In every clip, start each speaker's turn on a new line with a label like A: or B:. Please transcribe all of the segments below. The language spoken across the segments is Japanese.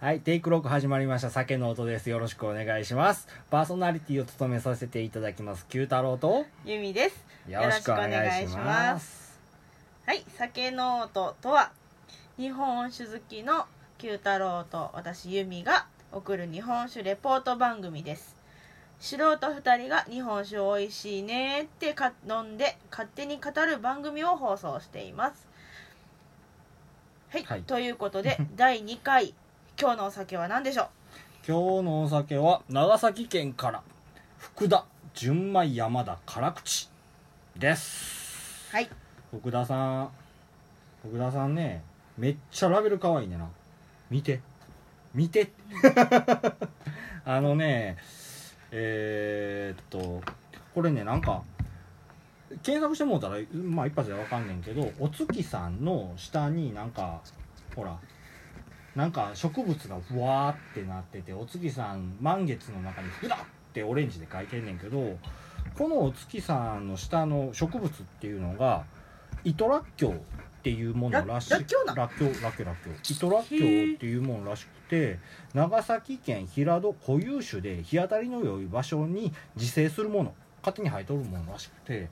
A: はい、テイクロック始まりました。酒の音です。よろしくお願いします。パーソナリティを務めさせていただきます。九太郎と。
B: ゆみです
A: す。
B: はい酒の音とは日本酒好きの九太郎と私ゆみが送る日本酒レポート番組です素人2人が日本酒おいしいねってか飲んで勝手に語る番組を放送していますはい、
A: はい
B: ということ で第2回今日のお酒は何でしょ
A: 今日のお酒は長崎県から。福田純米山田辛口。です。
B: うはい
A: 福田さん。福田さんね、めっちゃラベル可愛いねんな。見て。見て。あのね、えー、っと、これね、なんか、検索してもうたら、まあ一発でわかんねんけど、お月さんの下になんか、ほら、なんか植物がふわーってなってて、お月さん満月の中に福田ってオレンジで書いてんねんけど、このお月さんの下の植物っていうのが、糸らっきょうっていうものらしい。
B: ららっきょうなん
A: らっきょう、らっきょう、らっきょう。糸らっきょうっていうものらしくて、長崎県平戸固有種で日当たりの良い場所に自生するもの勝手に生えとるものらしくて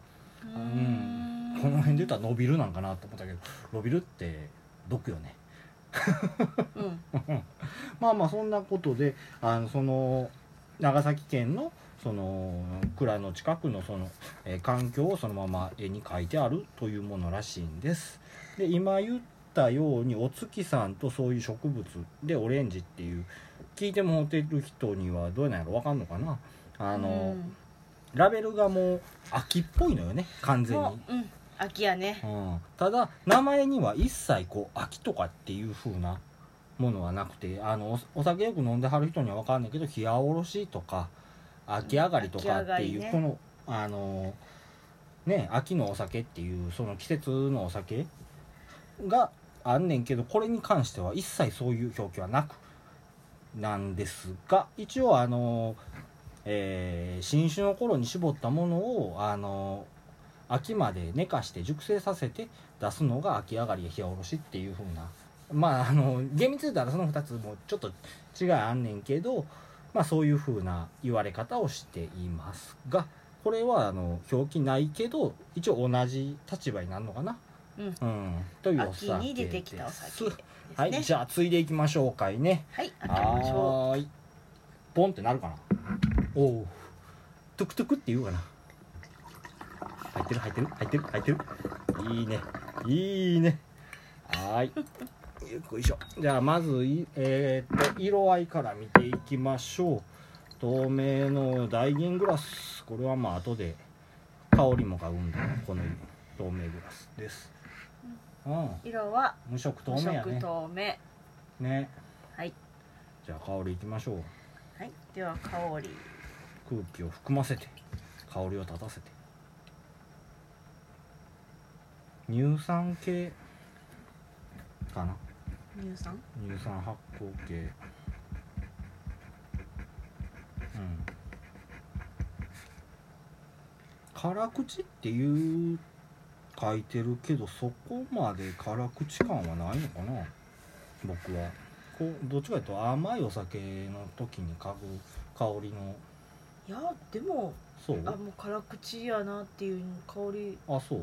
A: んこの辺で言ったら伸びるなんかなと思ったけど伸びるって毒よね
B: うん
A: まあまあそんなことであのその長崎県のその蔵の近くのその、えー環境をそのまま絵に描いてあるというものらしいんです。で今言ったようにお月さんとそういう植物でオレンジっていう聞いてもってる人にはどうなんやろわかんのかなあの、
B: うん
A: ラベルがもう秋っぽいのよね完全に。
B: もううん秋やね
A: うん、ただ名前には一切こう秋とかっていう風なものはなくてあのおお酒よく飲んではる人には分かんないけど冷やおろしとか秋上がりとかっていう、
B: 秋上がりね
A: このあのね秋のお酒っていうその季節のお酒があんねんけどこれに関しては一切そういう表記はなくなんですが一応あの、えー新酒の頃に絞ったものをあの秋まで寝かして熟成させて出すのが秋上がりや冷やおろしっていう風なまああの厳密に言ったらその2つもちょっと違いあんねんけどまあそういう風な言われ方をしていますがこれはあの表記ないけど一応同じ立場になるのかな、
B: うん
A: というお酒
B: 秋に出てきたお酒ですね
A: はい、じゃあついでいきましょうかいね
B: はい開けましょ
A: はーいポンってなるかなおおトゥクトゥクって言うかな入ってる入ってる入ってる入ってるいいねいいねはーいよいしょじゃあまずいえーっと色合いから見ていきましょう透明の大銀グラスこれはまあ後で香りもがうんでこの透明グラスですうん
B: う色は
A: 無色透
B: 無
A: 明や
B: 色
A: ね
B: 透明
A: ね
B: はい、
A: じゃあ香りいきましょう
B: はい、では香り
A: 空気を含ませて香りを立たせて乳酸系かな
B: 乳酸
A: 乳酸発酵系うん辛口っていう書いてるけどそこまで辛口感はないのかな僕はこうどっちかというと甘いお酒の時に嗅ぐ香りの
B: いやでも
A: そう
B: あもう辛口やなっていう香り
A: あそう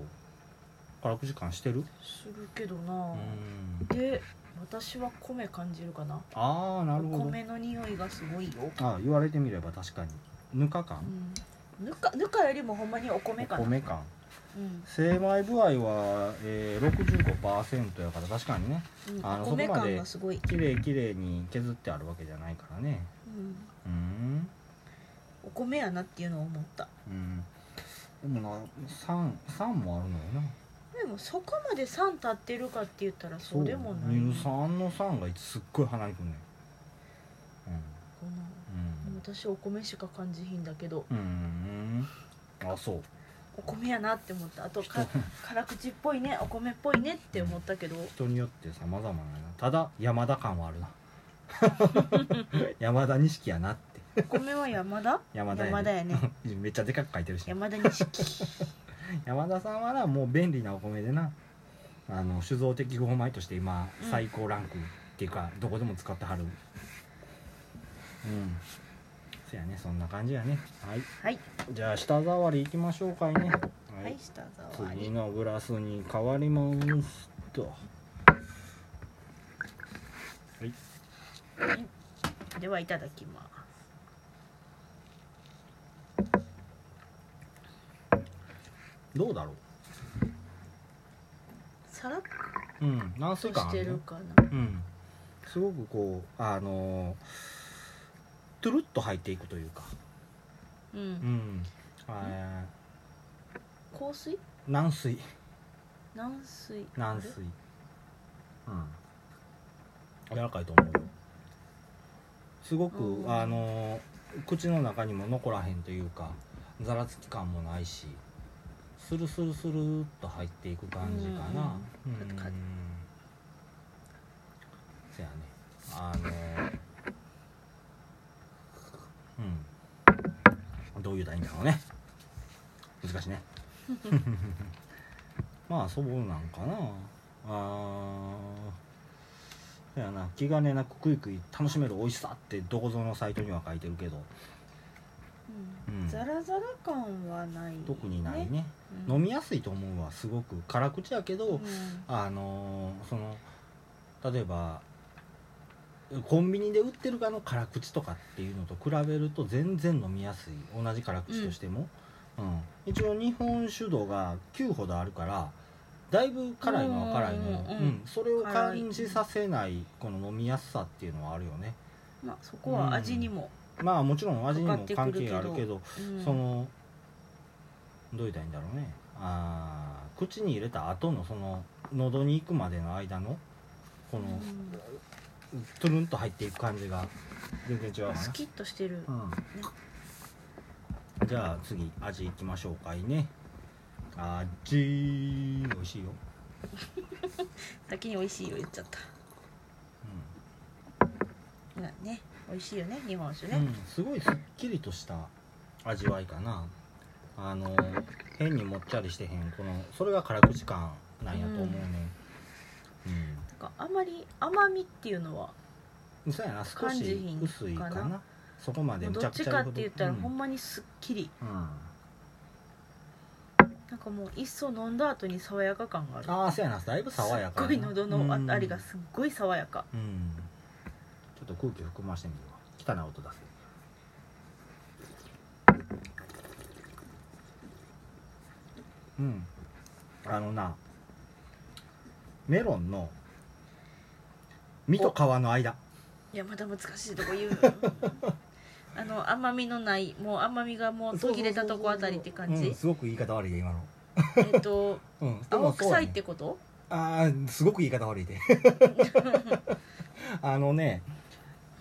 A: 辛口感してる
B: するけど
A: う
B: な、
A: ん
B: で私は米感じるかな
A: ああなる
B: お
A: ほど
B: 米の匂いがすごいよ、
A: あ言われてみれば確かにぬか感
B: うん、ぬかぬかよりもほんまにお米かな、
A: 米感
B: うん
A: 精米部合は、えー、65%やから確かにね
B: うん、
A: あの
B: お米
A: そこまで
B: 感がすごい、
A: 綺麗綺麗に削ってあるわけじゃないからね
B: うん、
A: うん
B: お米やなっていうのを思った
A: うんでもな酸酸もあるのよな
B: でもそこまで酸立ってるかって言ったらそうでもない
A: そう乳酸の酸がすっごい鼻にくんねん
B: この
A: うん
B: もう私お米しか感じひんだけど
A: うんうんあそう
B: お米やなって思ったあ とか辛口っぽいねお米っぽいねって思ったけど
A: 人によって様々ななただ山田感はある な山田錦やなって
B: お米は山田
A: 山田やね
B: 山田やね
A: めっちゃでかく書いてるしな
B: 山田錦
A: 山田さんはなもう便利なお米でなあの酒造的不米として今
B: うん
A: 最高ランクっていうかどこでも使ってはるうんそやねそんな感じやねはい
B: はい
A: じゃあ舌触りいきましょうかいねは
B: はい舌触
A: 次
B: り
A: のグラスに変わりますとはい
B: ではいただきます
A: どうだろ
B: さらっ
A: ううん軟
B: と
A: 水感
B: し
A: ある
B: て
A: ね
B: るかな
A: うんすごくこうあのートゥルッと入っていくというか
B: う
A: うんんあ
B: 香水
A: ー軟水
B: 軟水
A: 軟水うん柔らかいと思うよすごく、
B: うん
A: あのー口の中にも残らへんというかざらつき感もないしスルスルスルっと入っていく感じかなう
B: うんんうんか
A: そやねあのーうんどう言うたらいいんだろうね難しいね まあそうなんかなあーそやな気兼ねなくクイクイ楽しめる美味しさってどこぞのサイトには書いてるけど
B: うん
A: うん
B: ザラザラ感はない
A: 特にないね
B: うん
A: 飲みやすいと思うわすごく辛口やけど、
B: うん
A: あのーその例えばコンビニで売ってるかの辛口とかっていうのと比べると全然飲みやすい同じ辛口としても、うん一応日本酒度が9ほどあるからだいぶ辛いのは辛いのよ、
B: うんうんうん
A: うんそれを感じさせないこの飲みやすさっていうのはあるよね
B: まあそこは味にも
A: まあもちろん味にも
B: かかっ
A: 関
B: てく
A: 係
B: るけど
A: あるけど
B: うん
A: そのどう言ったらいいんだろうねあー口に入れた後のその喉に行くまでの間のこ
B: う
A: の
B: ん
A: トゥルンと入っていく感じが全然違うか
B: スキッとしてる
A: な、うん、じゃあ次味いきましょうかいね味美味しいよ、
B: 先に美味しいよ言っちゃった
A: う
B: まあね美味しいよね日本酒
A: んう
B: ね
A: ん、すごいすっきりとした味わいかなあの変にもっちゃりしてへんこのそれが辛口感なんやと思うね、うん
B: なんかあまり甘みっていうのは
A: そうやな少
B: 感じ
A: し
B: ひん
A: 薄いかな
B: かな
A: そこまでむち
B: ど
A: ゃ
B: っ
A: くちゃ
B: ちかっ
A: 言う
B: て
A: ほど
B: 言ったらほ
A: うん
B: んまにすっきり
A: うん
B: なんかもう一層飲んだ後に爽やか感がある
A: ああそうやなだいぶ爽やか
B: す
A: や
B: っ
A: な
B: ごい喉のあたりがすっごい爽やか
A: うん、うんちょっと空気含ましてみるわ汚い音出すうんあのなメロンの実と皮の間
B: いやまだ難しいとこ言う あの甘みのないもう甘みがもう途切れたとこあたりって感
A: う
B: じ
A: んすごく言い方悪いで今の、
B: えっと
A: うん、で
B: 青
A: もそうや
B: 臭い
A: ね
B: ってこと
A: あーすごく言い方悪いで あのね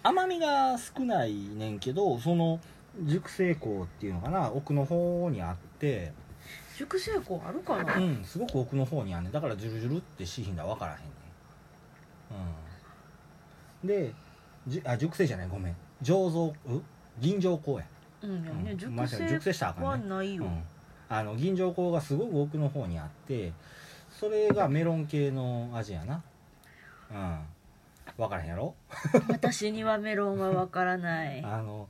A: 甘みが少ないねんけどその熟成香っていうのかな奥の方にあって
B: 熟成香あるかな
A: うんすごく奥の方にあんねんだからジュルジュルってしひんだら分からへんねん、うん、でじあ熟成じゃないごめん醸造う吟醸香や
B: うんいやね
A: うん
B: 熟
A: まあ熟
B: 成
A: 成したらあかんね
B: はないよ
A: うん、あの銀条香がすごく奥の方にあってそれがメロン系の味やなうん分からへんやろ
B: 私にはメロンはわからない
A: あの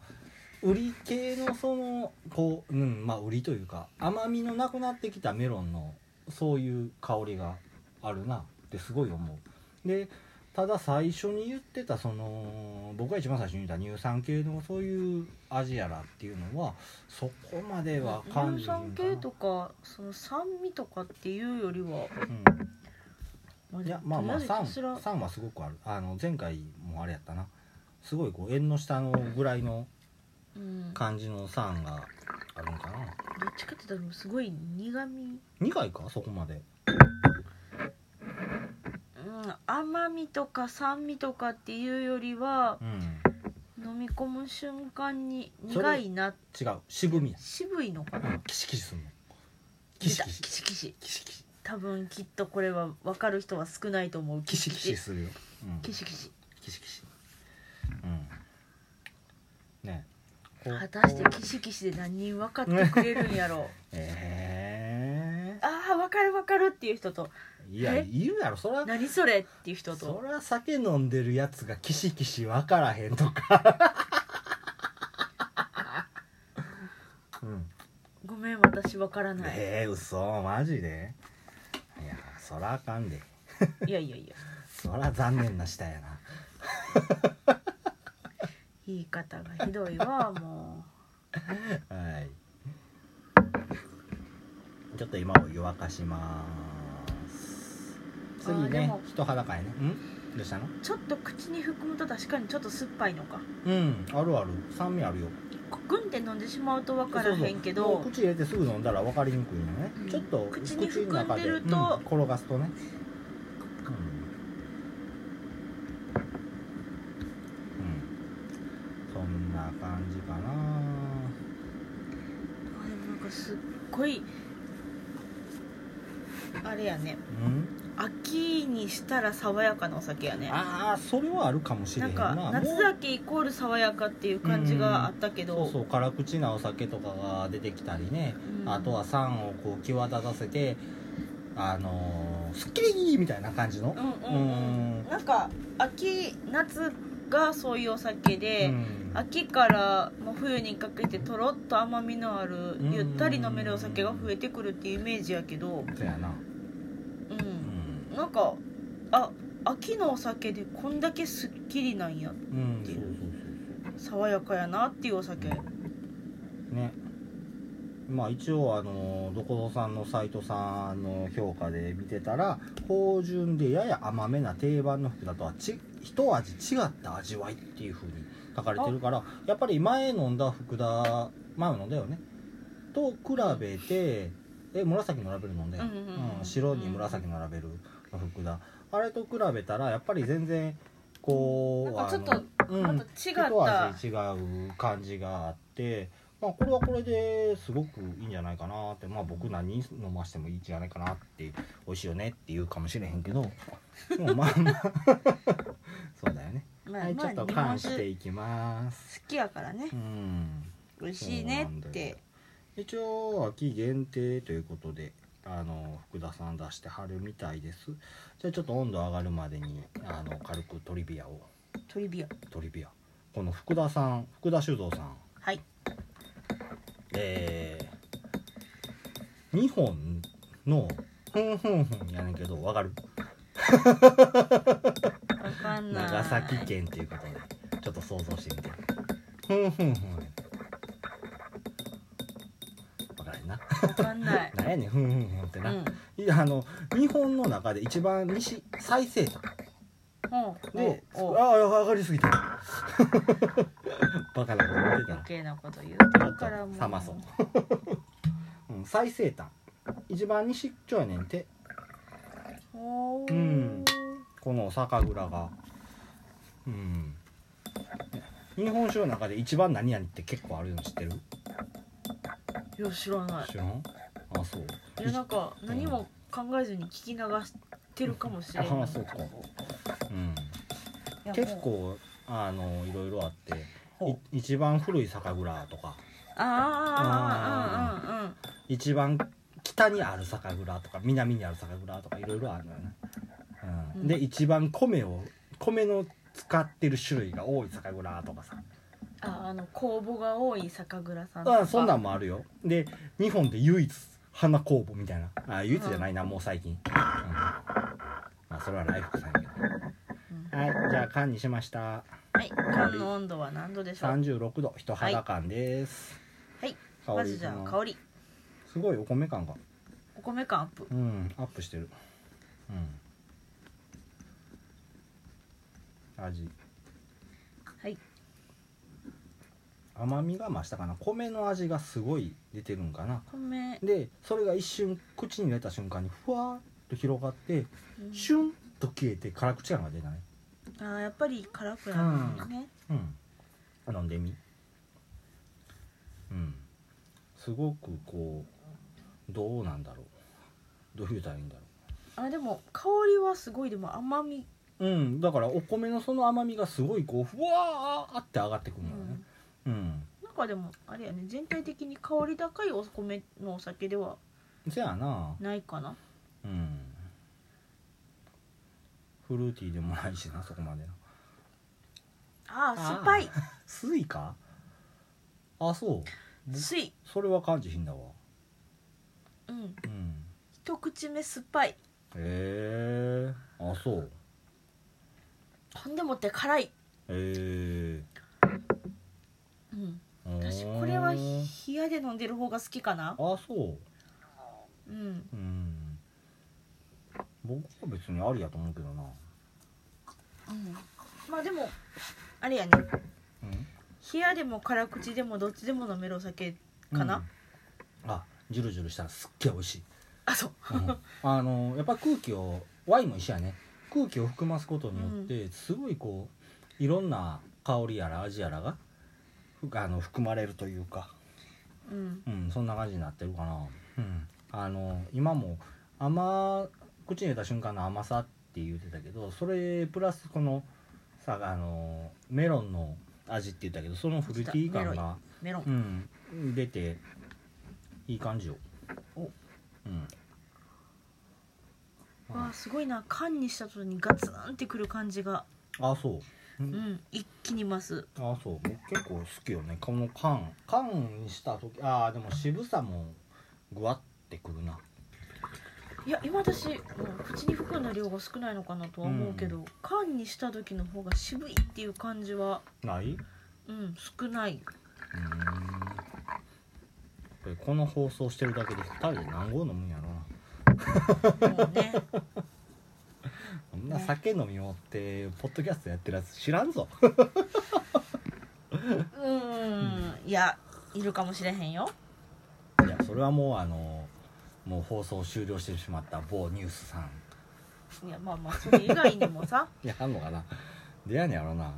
A: 売り系のそのこううんまあ売りというか甘みのなくなってきたメロンのそういう香りがあるなってすごい思うでただ最初に言ってたその僕が一番最初に言った乳酸系のそういう味やらっていうのはそこまでは感
B: 乳
A: じひんかな
B: 酸系とかその酸味とかっていうよりは
A: うん
B: ま
A: いやまあまあ
B: とりえず
A: 3
B: かしら
A: 3はすごくあるあの前回もあれやったなすごいこう縁の下のぐらいの
B: うんどっ
A: 感じの3があるんかな
B: ちかって言ったらすごい苦味
A: 苦いかそこまで
B: うん甘みとか酸味とかっていうよりは
A: うん
B: 飲み込む瞬間に
A: そ
B: 苦
A: れ
B: いな
A: 違う渋みや
B: 渋いのか
A: う
B: なん
A: キシキシすんのキシキシ
B: 出たキシキシ
A: キシキシ
B: 多分きっとこれは分かる人は少ないと思う
A: キシキシするよ、うん、
B: キシキシ
A: キシキシうんねこう
B: 果たしてキシキシで何人分かってくれるんやろう
A: ええ
B: ああ分わかるわかるっていう人と
A: いや
B: え
A: いるやろそら
B: 何それっていう人
A: そ
B: と
A: ら酒飲んでるやつがキシキシ分からへんとかうん
B: ごめん私わからない
A: えー、嘘マジでいやそらあかんで
B: いやいやいや
A: そら残念な下やな
B: 言い方がひどいわも
A: はい。ちょっと今お湯沸かします。
B: あー
A: 次
B: で
A: ね
B: も、
A: 人裸やね。うんどうしたの
B: うちょっと口に含むと確かにちょっと酸っぱいのか
A: うん、あるある。酸味あるよ。
B: コクンって飲んでしまうとわからへんけ
A: そうそう
B: ど
A: もう口入れてすぐ飲んだら分かりにくいのね。
B: うん
A: ちょっと
B: 口に含んでると
A: 口の中でうん転がすとね。うん。うん。そんな感じかな。
B: あでもなんかすっごいあれやね
A: うん。
B: 秋にしたら爽やかなお酒やね
A: ああそれはあるかもしれ
B: な
A: へ
B: ん
A: んな
B: か夏
A: もう
B: 酒イコール爽やかっていう感じがあったけど
A: そうそう辛口なお酒とかが出てきたりね、
B: うん
A: あとは酸をこう際立たせてあのー、すっきりみたいな感じの
B: うんうんう
A: うんん
B: なんか秋夏がそういうお酒
A: う
B: で、
A: ん
B: 秋からもう冬にかけてとろっと甘みのある
A: ん
B: ゆったり飲めるお酒が増えてくるっていうイメージやけど
A: そうやな、
B: う
A: うんん
B: なんかあ秋のお酒でこんだけすっきりなんや
A: うん、
B: て
A: そ
B: いうう
A: そう
B: 爽やかやなっていうお酒
A: そうねまあ一応あのーどこぞさんのサイトさんの評価で見てたら芳醇でやや甘めな定番の服だとはち一味違った味わいっていう風に書かれてるからやっぱり前飲んだ福田前飲んだよねと比べてえ紫のラベル飲んだよ、
B: うんうんうん
A: うん白に紫のラベルの福田あれと比べたらやっぱり全然こう
B: なんかちょっと
A: あの
B: ま
A: うん
B: た違った
A: 一味違う感じがあって、まあ、これはこれですごくいいんじゃないかなって、まあ、僕何飲ましてもいいんじゃないかなって美味しいよねって言うかもしれへんけどでもまあまあ そうだよね、
B: ま
A: は
B: あ
A: いちょっと
B: 日本
A: 缶し
B: 酒
A: ていきます
B: 好きやからね
A: うん
B: 美味しいねって
A: 一応秋限定ということであの福田さん出してはるみたいですじゃあちょっと温度上がるまでにあの軽くトリビアを
B: トリビア
A: トリビアこの福田さん福田酒造さん
B: はい
A: えー、2本のふんふんふんやねんけどわかる
B: わかんない
A: 長崎県っていうことでちょっと想像してみてふんふんふんわからへんな
B: わかんない
A: なんやねんふんふんふんって
B: う
A: な、
B: ん
A: いやあの日本の中で一番西最西端
B: うん
A: であ
B: おうおう
A: あ上がりすぎた バカなこと言ってたな
B: 余計なこと言うてるからもう
A: さまそう うん最西端一番西っちょやねんて
B: おー
A: うんこの酒蔵がうん日本酒の中で一番何々って結構あるの知ってる
B: いや知らない
A: 知らんあそう
B: いやなんか何も考えずに聞き流してるかもしれない
A: あそうかうん
B: いや
A: 結
B: もう
A: 構あのいろいろあって
B: ほ
A: い一番古い酒蔵とか
B: あーあーあーあーうんうん
A: 一番北にある酒蔵とか南にある酒蔵とかいろいろあるのよね、うん
B: うん
A: で一番米を米の使ってる種類が多い酒蔵とかさ
B: ああの公募が多い酒蔵さんとか
A: あそんなんもあるよで日本で唯一花工房みたいなあ唯一じゃないな、もう最近、うんまあそれはライフさんやけど
B: うん
A: はいじゃあ缶にしました
B: はい缶の温度は何度でしょう
A: 36度人肌感です
B: はい
A: 香
B: ま
A: り
B: ずじゃ
A: の
B: あ香り
A: すごいお米感が
B: お米感アップ
A: うんアップしてるうん味
B: はい
A: 甘みが増したかな米の味がすごい出てるんかな
B: 米
A: でそれが一瞬口に入れた瞬間にふわーっと広がって
B: うん
A: シュンと消えて辛口感が出ない
B: あーやっぱり辛くなるんだね
A: うん飲んでみうんすごくこうどうなんだろうどう言うたらいいんだろ
B: あでも香りはすごいでも甘み
A: ううんだからお米のその甘みがすごいこうふわーって上がってくるのよねうん、
B: なんかでもあれやね全体的に香り高いお米のお酒では
A: せやな
B: ないかな
A: うんフルーティーでもないしなそこまでな
B: あ
A: あー
B: あスパイ
A: スイカあそう僕
B: スイ
A: それは感じひんだわ
B: うん
A: うん
B: 一口目酸っぱい
A: へえあそう
B: ほんでもって辛い、
A: へえ
B: うん、
A: うーん
B: 私これは冷やで飲んでる方が好きかな
A: あそう
B: うん
A: うん僕は別にありやと思うけどな
B: うんまあでもあれやね
A: うん
B: 冷やでも辛口でもどっちでも飲めるお酒かな、
A: うんあジュルジュルしたらすっげえ美味しい、
B: あそう
A: うんあのやっぱ空気をワインも一緒やね空気を含ますことによって、すごいこういろんな香りやら味やらがふあの含まれるというか、
B: うん
A: うん、そんな感じになってるかな、うん、あの今も甘口に入れた瞬間の甘さって言ってたけどそれプラスこのさあのメロンの味って言ったけどそのフルーティー感
B: メロ
A: が
B: メロン
A: うん出ていい感じよおうん
B: わあすごいな缶にした時にガツンってくる感じが
A: あそう
B: う
A: うん
B: ん一気に増す
A: あそう僕結構好きよねこの缶缶にした時ああでも渋さもぐわってくるない
B: や今私もう口に含んだ量が少ないのかなとは思うけど、缶にした時の方が渋いっていう感じは
A: ない
B: うん少ない
A: ー
B: う
A: んこれこの放送してるだけで2人で何合飲むんやろな
B: もうね
A: こんな酒飲みよってポッドキャストやってるやつ知らんぞ
B: うーんいやいるかもしれへんよ
A: いやそれはもうあのもう放送終了してしまった某ニュースさん
B: いやまあまあそれ以外にもさ
A: やんのかな出会うんやろな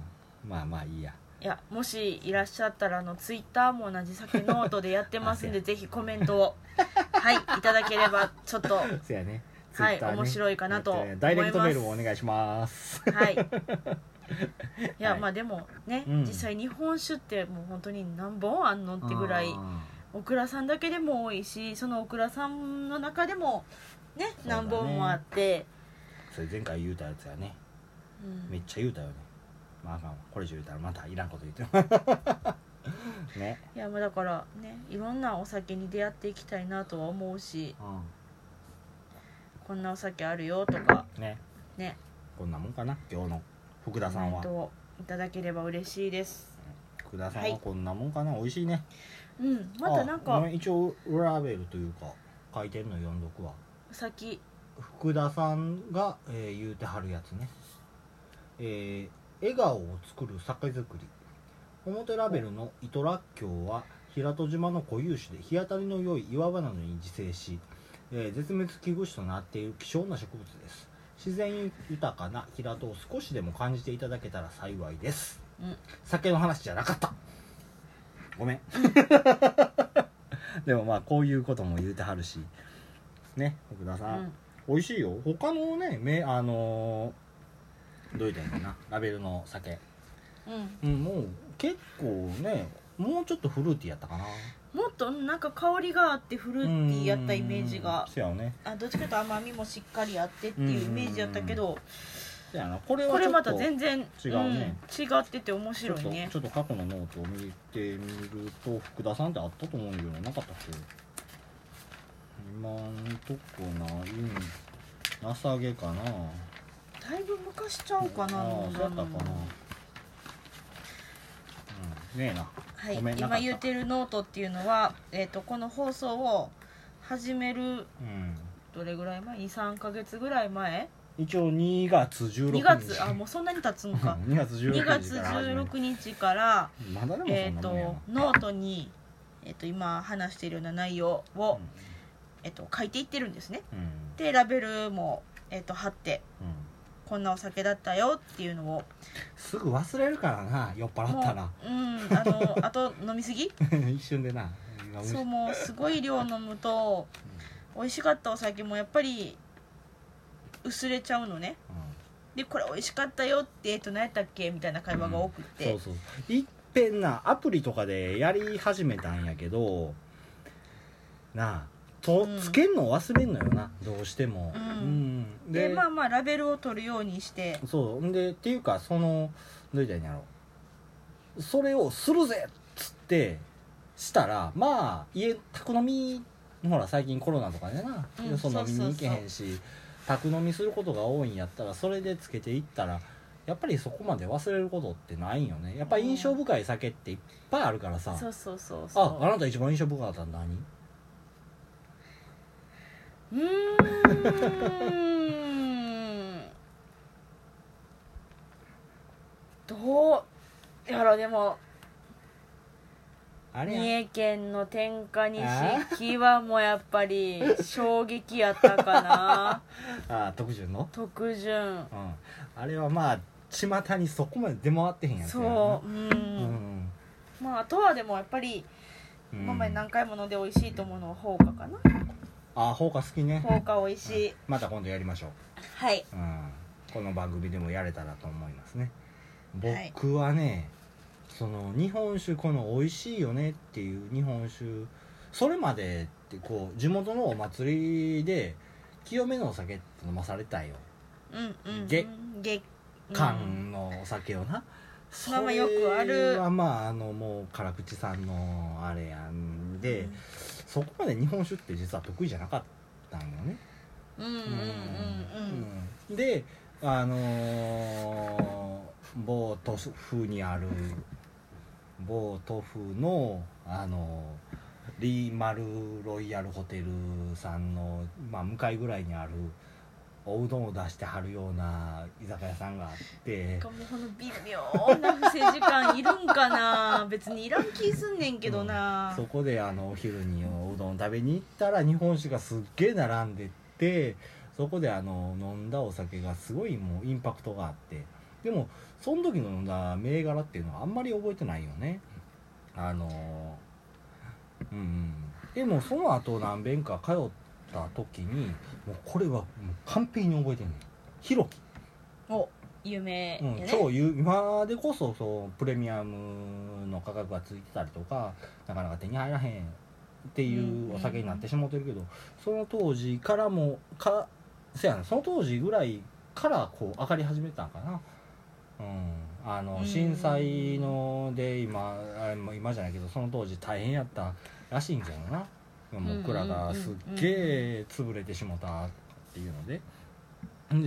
A: まあまあいいや
B: いやもしいらっしゃったらあのツイッターも同じ酒ノートでやってますん
A: あ
B: でぜひコメント をはいいただければちょっとは
A: せやね
B: い
A: Twitter ね
B: 面白いかなと思います
A: ダイレクトメールもお願いします
B: はい。いや、
A: はい
B: まあでもね、
A: うん
B: 実際日本酒ってもう本当に何本あんのってぐらい
A: あ
B: オクラさんだけでも多いしそのオクラさんの中でもね
A: そうだね
B: 何本もあって
A: ーそれ前回言うたやつやね
B: うん
A: めっちゃ言うたよねまああかんわこれ以上言うたらまたいらんこと言ってる ね
B: いやまあだからねいろんなお酒に出会っていきたいなとは思うしこんなお酒あるよとか
A: うんね
B: ね
A: こんなもんかな今日の福
B: コ
A: 田さ
B: メ
A: ん
B: ン
A: は
B: トをいただければ嬉しいです
A: 福田さん
B: は
A: はいこんなもんかな、美味しいね
B: うんまたなん
A: あ
B: か
A: ごめ一応裏ラベルというか書いてんの読んどくわ
B: 先
A: 福田さんが、えー言うてはるやつね、えー笑顔を作る酒造り表ラベルの糸らっきょうは平戸島の固有種で日当たりの良い岩場などに自生し、えー絶滅危惧種となっている希少な植物です自然豊かな平戸を少しでも感じていただけたら幸いです、
B: うん
A: 酒の話じゃなかったご めんでもまあこういうことも言うてはるしね福田
B: う
A: さん、
B: ん
A: 美味しいよ他のねめあのーどう言ったらいいのかなラベルの酒、
B: うん
A: うん、もう結構ねもうちょっとフルーティーやったかな
B: もっとなんか香りがあってフルーティーやったイメージが
A: うんせやね
B: あどっちかというと甘みもしっかりあってっていうイメージやったけど
A: せやなこれは
B: これまた
A: ちょっ
B: 全然
A: 違うね
B: うん違ってて面
A: と
B: 白いね
A: ちょっとちょっと過去のノートを見てみると福田さんってあったと思うんだけどなかったっけ今んとこないなさげかな
B: だいぶ昔ちゃうかな
A: あー
B: もう
A: そうやったかな、うん、ねえな
B: はい
A: ごめんなかっ
B: 今
A: た
B: 言ってるノートっていうのは、えー、とこの放送を始める
A: うん
B: どれぐらい前23か月ぐらい前
A: 一応2月16日
B: 2月あもうそんなに経つ のか
A: 2月16
B: 2
A: 日から
B: 月
A: 始める
B: 16日から
A: まだでもそ
B: え
A: ん
B: ー、
A: な
B: と
A: もんやな、
B: ノートに、えー、と今話しているような内容を、
A: う
B: えー、と書いていってるんですね
A: んうん
B: でラベルも、えー、と貼って
A: うん
B: こんなお酒だったよっていうのを
A: すぐ忘れるからな酔っ払ったら
B: もううんあのあと飲みすぎ
A: 一瞬でな
B: そうもうすごい量飲むと美味しかったお酒もやっぱり薄れちゃうのね
A: う
B: でこれ美味しかったよってえっと何やったっけみたいな会話が多く
A: ん、
B: っ
A: そ
B: て
A: う、そういっぺんなアプリとかでやり始めたんやけどなあとつけんのを忘れんのよな、どうしても、
B: うん
A: うん
B: でまあまあラベルを取るようにして
A: そうんでっていうかそのどう言ったらいいんやろそれをするぜっつってしたらまあ家宅飲みほら最近コロナとかでな、
B: うん
A: よそ飲みに行けへんし宅飲みすることが多いんやったらそれでつけていったらやっぱりそこまで忘れることってないんよねやっぱり印象深い酒っていっぱいあるからさ、
B: そうそうそうそう
A: ああなた一番印象深かったの何
B: うーんどうやろでも
A: あれ
B: 三
A: や
B: 重県の天下錦はもうやっぱり衝撃やったか な
A: あ特潤の
B: 特順
A: うんあれはまあ巷にそこまで出回ってへんやつやな
B: そううん、
A: うん
B: まああとはでもやっぱり
A: うん
B: 今まで何回も飲んで美味しいと思うのは放火かな
A: あ放火好きね
B: 放火美味しい
A: また今度やりましょ
B: はい、
A: う、うん、この番組でもやれたらと思いますね
B: はい
A: 僕はね、その日本酒この美味しいよねっていう日本酒それまでってこう地元のお祭りで清めのお酒って飲まされたいよ
B: うんうんうん、
A: げ
B: げうん
A: 缶のお酒をな、そ
B: まあまあよくある
A: れはまああのもう辛口さんのあれやんで、そこまで日本酒って実は得意じゃなかったんよね
B: うんうんうんうん
A: であのー、某都市風にある某都風のあのーリーマルロイヤルホテルさんの、まあ、向かいぐらいにあるおうどんを出してはるような居酒屋さんがあって
B: なんかもうこの微妙な不正時間いるんかな別にいらん気すんねんけどな、
A: そこであのお昼におうどん食べに行ったら日本酒がすっげえ並んでってそこであの飲んだお酒がすごいもうインパクトがあってでもその時の飲んだ銘柄っていうのはあんまり覚えてないよねあのうんうんでもその後何遍か通った時にもうこれはもう完璧に覚えてんねんひろき
B: お有名や
A: うん、
B: ね、
A: 超有今でこそそうプレミアムの価格がついてたりとかなかなか手に入らへんっていうお酒になってしまってるけど、その当時からもかせやなその当時ぐらいからこう上がり始めたんかな、うん、あ
B: う
A: の
B: ん
A: 震災ので今あれも今じゃないけどその当時大変やったらしいんじゃなもう僕らがすっげえ潰れてしもたっていうので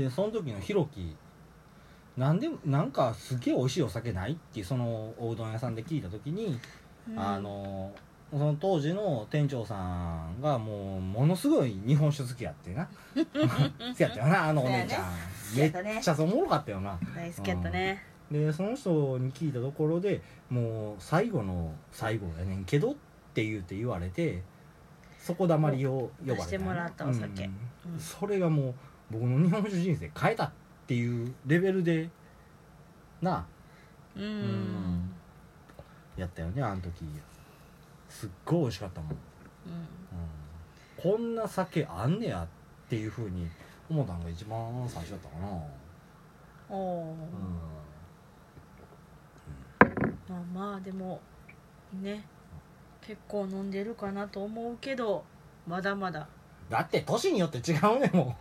A: でその時のひろきなんでなんかすげえ美味しいお酒ないっていうそのおうどん屋さんで聞いた時に、
B: うん
A: あのその当時の店長さんがもうものすごい日本酒好きやってな 好きやったよなあのお姉ちゃん、
B: そうやね好きやったね
A: めっちゃおもろかったよな
B: 大好きやったね
A: でその人に聞いたところでもう最後の最後やねんけどって言うて言われてそこだまりを呼ばれたんや
B: 出してもらったお酒
A: うん
B: うん
A: それがもう僕の日本酒人生変えたっていうレベルでな
B: うん、
A: あやったよねあの時すっごい美味しかったもん、うん
B: う
A: こ
B: ん
A: んな酒あんねやっていうふうに思ったのが一番最初だったかな、
B: おー
A: うん
B: まあまあでもね結構飲んでるかなと思うけどまだまだ
A: だって年によって違うねも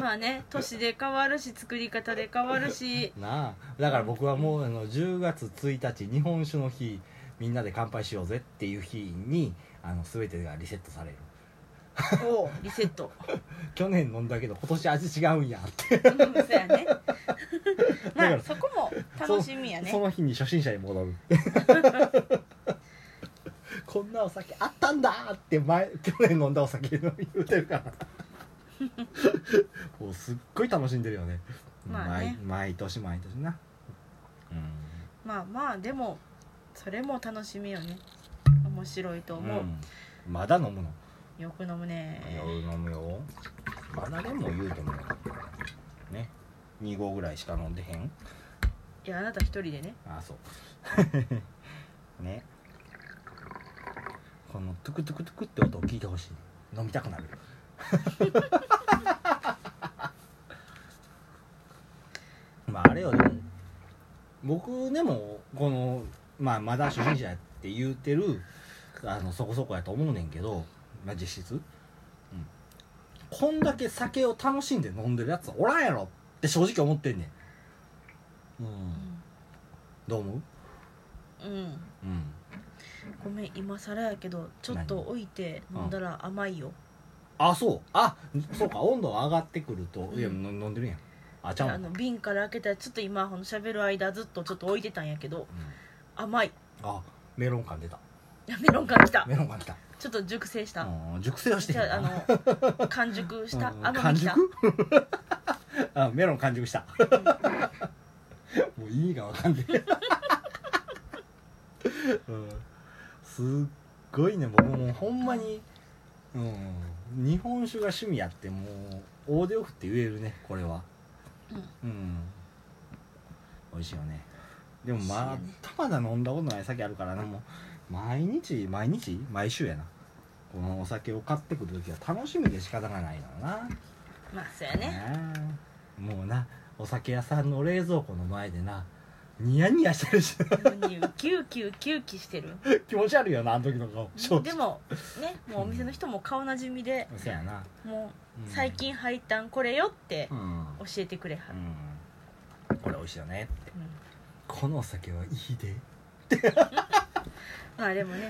B: まあね年で変わるし作り方で変わるし
A: うなあだから僕はもうあの10月1日日本酒の日みんなで乾杯しようぜっていう日にあの全てがリセットされる
B: おーリセット
A: 去年飲んだけど今年味違うんやって、
B: うんそう やね
A: だか
B: まあ
A: ら
B: そこも楽しみやね
A: その日に初心者に戻る こんなお酒あったんだって前去年飲んだお酒の言うてるから もうすっごい楽しんでるよね,、
B: まあね
A: 毎毎年毎年なうん
B: まあまあでもそれも楽しみよね面白いと思う、
A: うんまだ飲むの
B: よく飲むね
A: 飲むよまだでも言うてもね2合ぐらいしか飲んでへん
B: いやあなた一人でね
A: あそう ねこのトゥクトゥクトゥクって音を聞いてほしい飲みたくなる まああれよでも僕でもこの、まあ、まだ初心者やって言うてるあのそこそこやと思うねんけど、まあ、実質こんだけ酒を楽しんで飲んでるやつはおらんやろって正直思ってんねんうんどう思う
B: うん
A: うん
B: ごめん今更やけどちょっと置いて飲んだら甘いよ
A: あそうあそうか温度が上がってくるといや
B: うん
A: の飲んでるやんあちゃう
B: あ
A: んだ
B: の瓶から開けたらちょっと今この喋る間ずっとちょっと置いてたんやけど甘い
A: あメロン感出た
B: いやメロンから来た
A: メロン感出た
B: ちょっと熟成した
A: うん熟成はして
B: じ
A: へん
B: ゃ
A: な
B: ああの完熟した
A: うん
B: 甘
A: 完
B: みきた
A: 熟 あメロン完熟したもう意味がわかんない、 うん、すっごいね僕もうほんまに、うん、日本酒が趣味やってもうオーディオフって言えるねこれはうん美味しいよねでもまあ
B: 美味しいよね
A: たまだ飲んだことない酒あるからなもう毎日毎日毎週やなこのお酒を買ってくる時は楽しみで仕方がないのよな
B: まあそうやね
A: あーもうなお酒屋さんの冷蔵庫の前でなニヤニヤしてるし
B: にウキウキウキウキしてる
A: 気持ち悪いよなあの時の顔正直
B: でもねもうお店の人も顔なじみで
A: そやな、
B: も
A: うん
B: う最近入ったんこれよって
A: うん、
B: 教えてくれはる、
A: うんこれ美味しいよねって
B: うん
A: このお酒はいいで、うん
B: まあでもね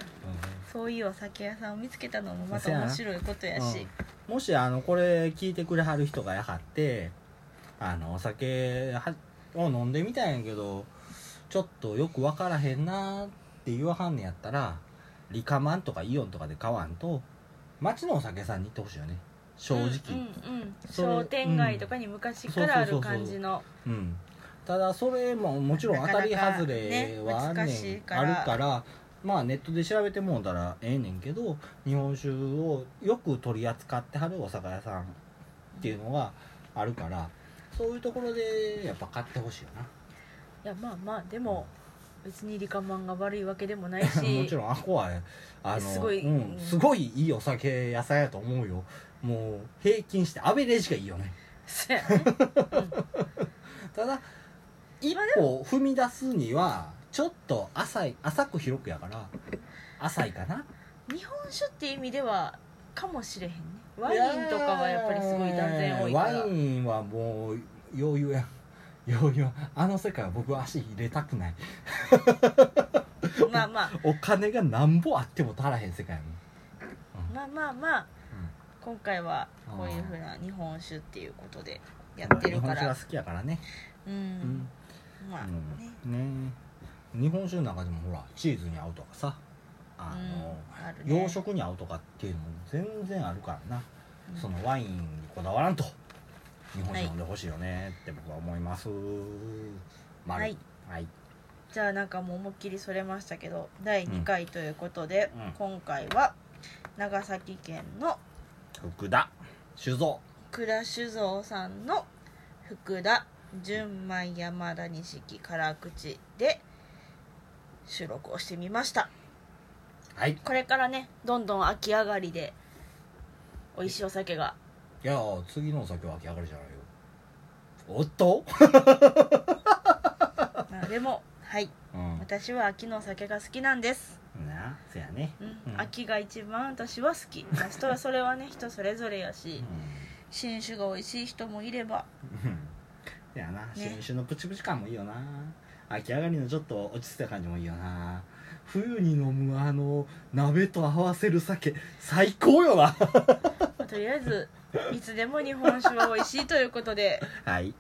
B: そういうお酒屋さんを見つけたのもまた面白いことやし
A: うんもしあのこれ聞いてくれはる人がやはってあのお酒はを飲んでみたいんやけどちょっとよく分からへんなーって言わはんねやったらリカマンとかイオンとかで買わんと町のお酒屋さんに行ってほしいよね正直、
B: うんうんうん
A: それ
B: 商店街とかに昔からあ
A: そ
B: る
A: うそうそうそう
B: 感じの
A: うん、ただそれももちろん当たり外れはあんねん
B: なかなかね難しいか
A: あ
B: ら
A: るからまあネットで調べてもうたらええねんけど日本酒をよく取り扱ってはるお酒屋さんっていうのがあるからそういうところでやっぱ買ってほしいよ
B: いやまあまあでも別にリカマンが悪いわけでもない
A: な も
B: し
A: ちろんあこはあの
B: すごい
A: うん、すごいいいお酒屋さんやと思うよもう平均してアベレージがいいよね
B: そうやね
A: ただ一歩踏み出すにはちょっと浅い浅く広くやから浅いかな
B: 日本酒っていう意味ではかもしれへんねワインとかはやっぱりすごい断然多いか
A: や
B: ら
A: ワインはもう余裕や余裕あの世界は僕は足入れたくない
B: まあまあ
A: お金がなんぼあっても足らへん世界やもん
B: まあまあまあ今回はこういうふうな日本酒っていうことでやって
A: 日
B: るか
A: 本酒が
B: ら
A: 好きやからね
B: う
A: うんん、
B: まあね
A: うんね日本酒の中でもほらチーズに合うとかさあの、
B: うんあるね
A: 洋食に合うとかっていうのも全然あるからな
B: うん
A: そのワインにこだわらんと日本酒飲んでほしいよねって僕は思います、丸
B: はい
A: はい
B: じゃあなんかもう思いっきりそれましたけど第2回ということで、
A: うん
B: 今回は長崎県の
A: 福田酒造
B: 倉酒造さんの福田純米山田錦辛口で収録をしてみました
A: はいい
B: これからねどんどん秋上がりで美味しいお酒が
A: や次のお酒は秋上がりじゃないよおっと、
B: まあでもはい
A: うん、
B: 私は秋のお酒が好きなんです、
A: なせやね、
B: うん
A: うん
B: 秋が一番私は好きまあ人はそれはね人それぞれや
A: う
B: し
A: ん、
B: 新酒が美味しい人もいれば
A: せやな新酒のプチプチ感もいいよな秋上がりのちょっと落ち着いた感じもいいよな冬に飲むあの鍋と合わせる酒最高よな
B: まあとりあえずいつでも日本酒は美味しいということで
A: はい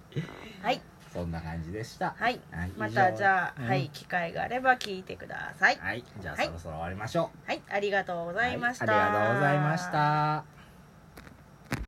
B: はい
A: そんな感じでした
B: はい
A: はい
B: またじゃあ、
A: 以上
B: はい機会があれば聞いてください
A: はい、じゃあ
B: はい
A: そろそろ終わりましょう。
B: はいありがとうございました、
A: はいありがとうございました。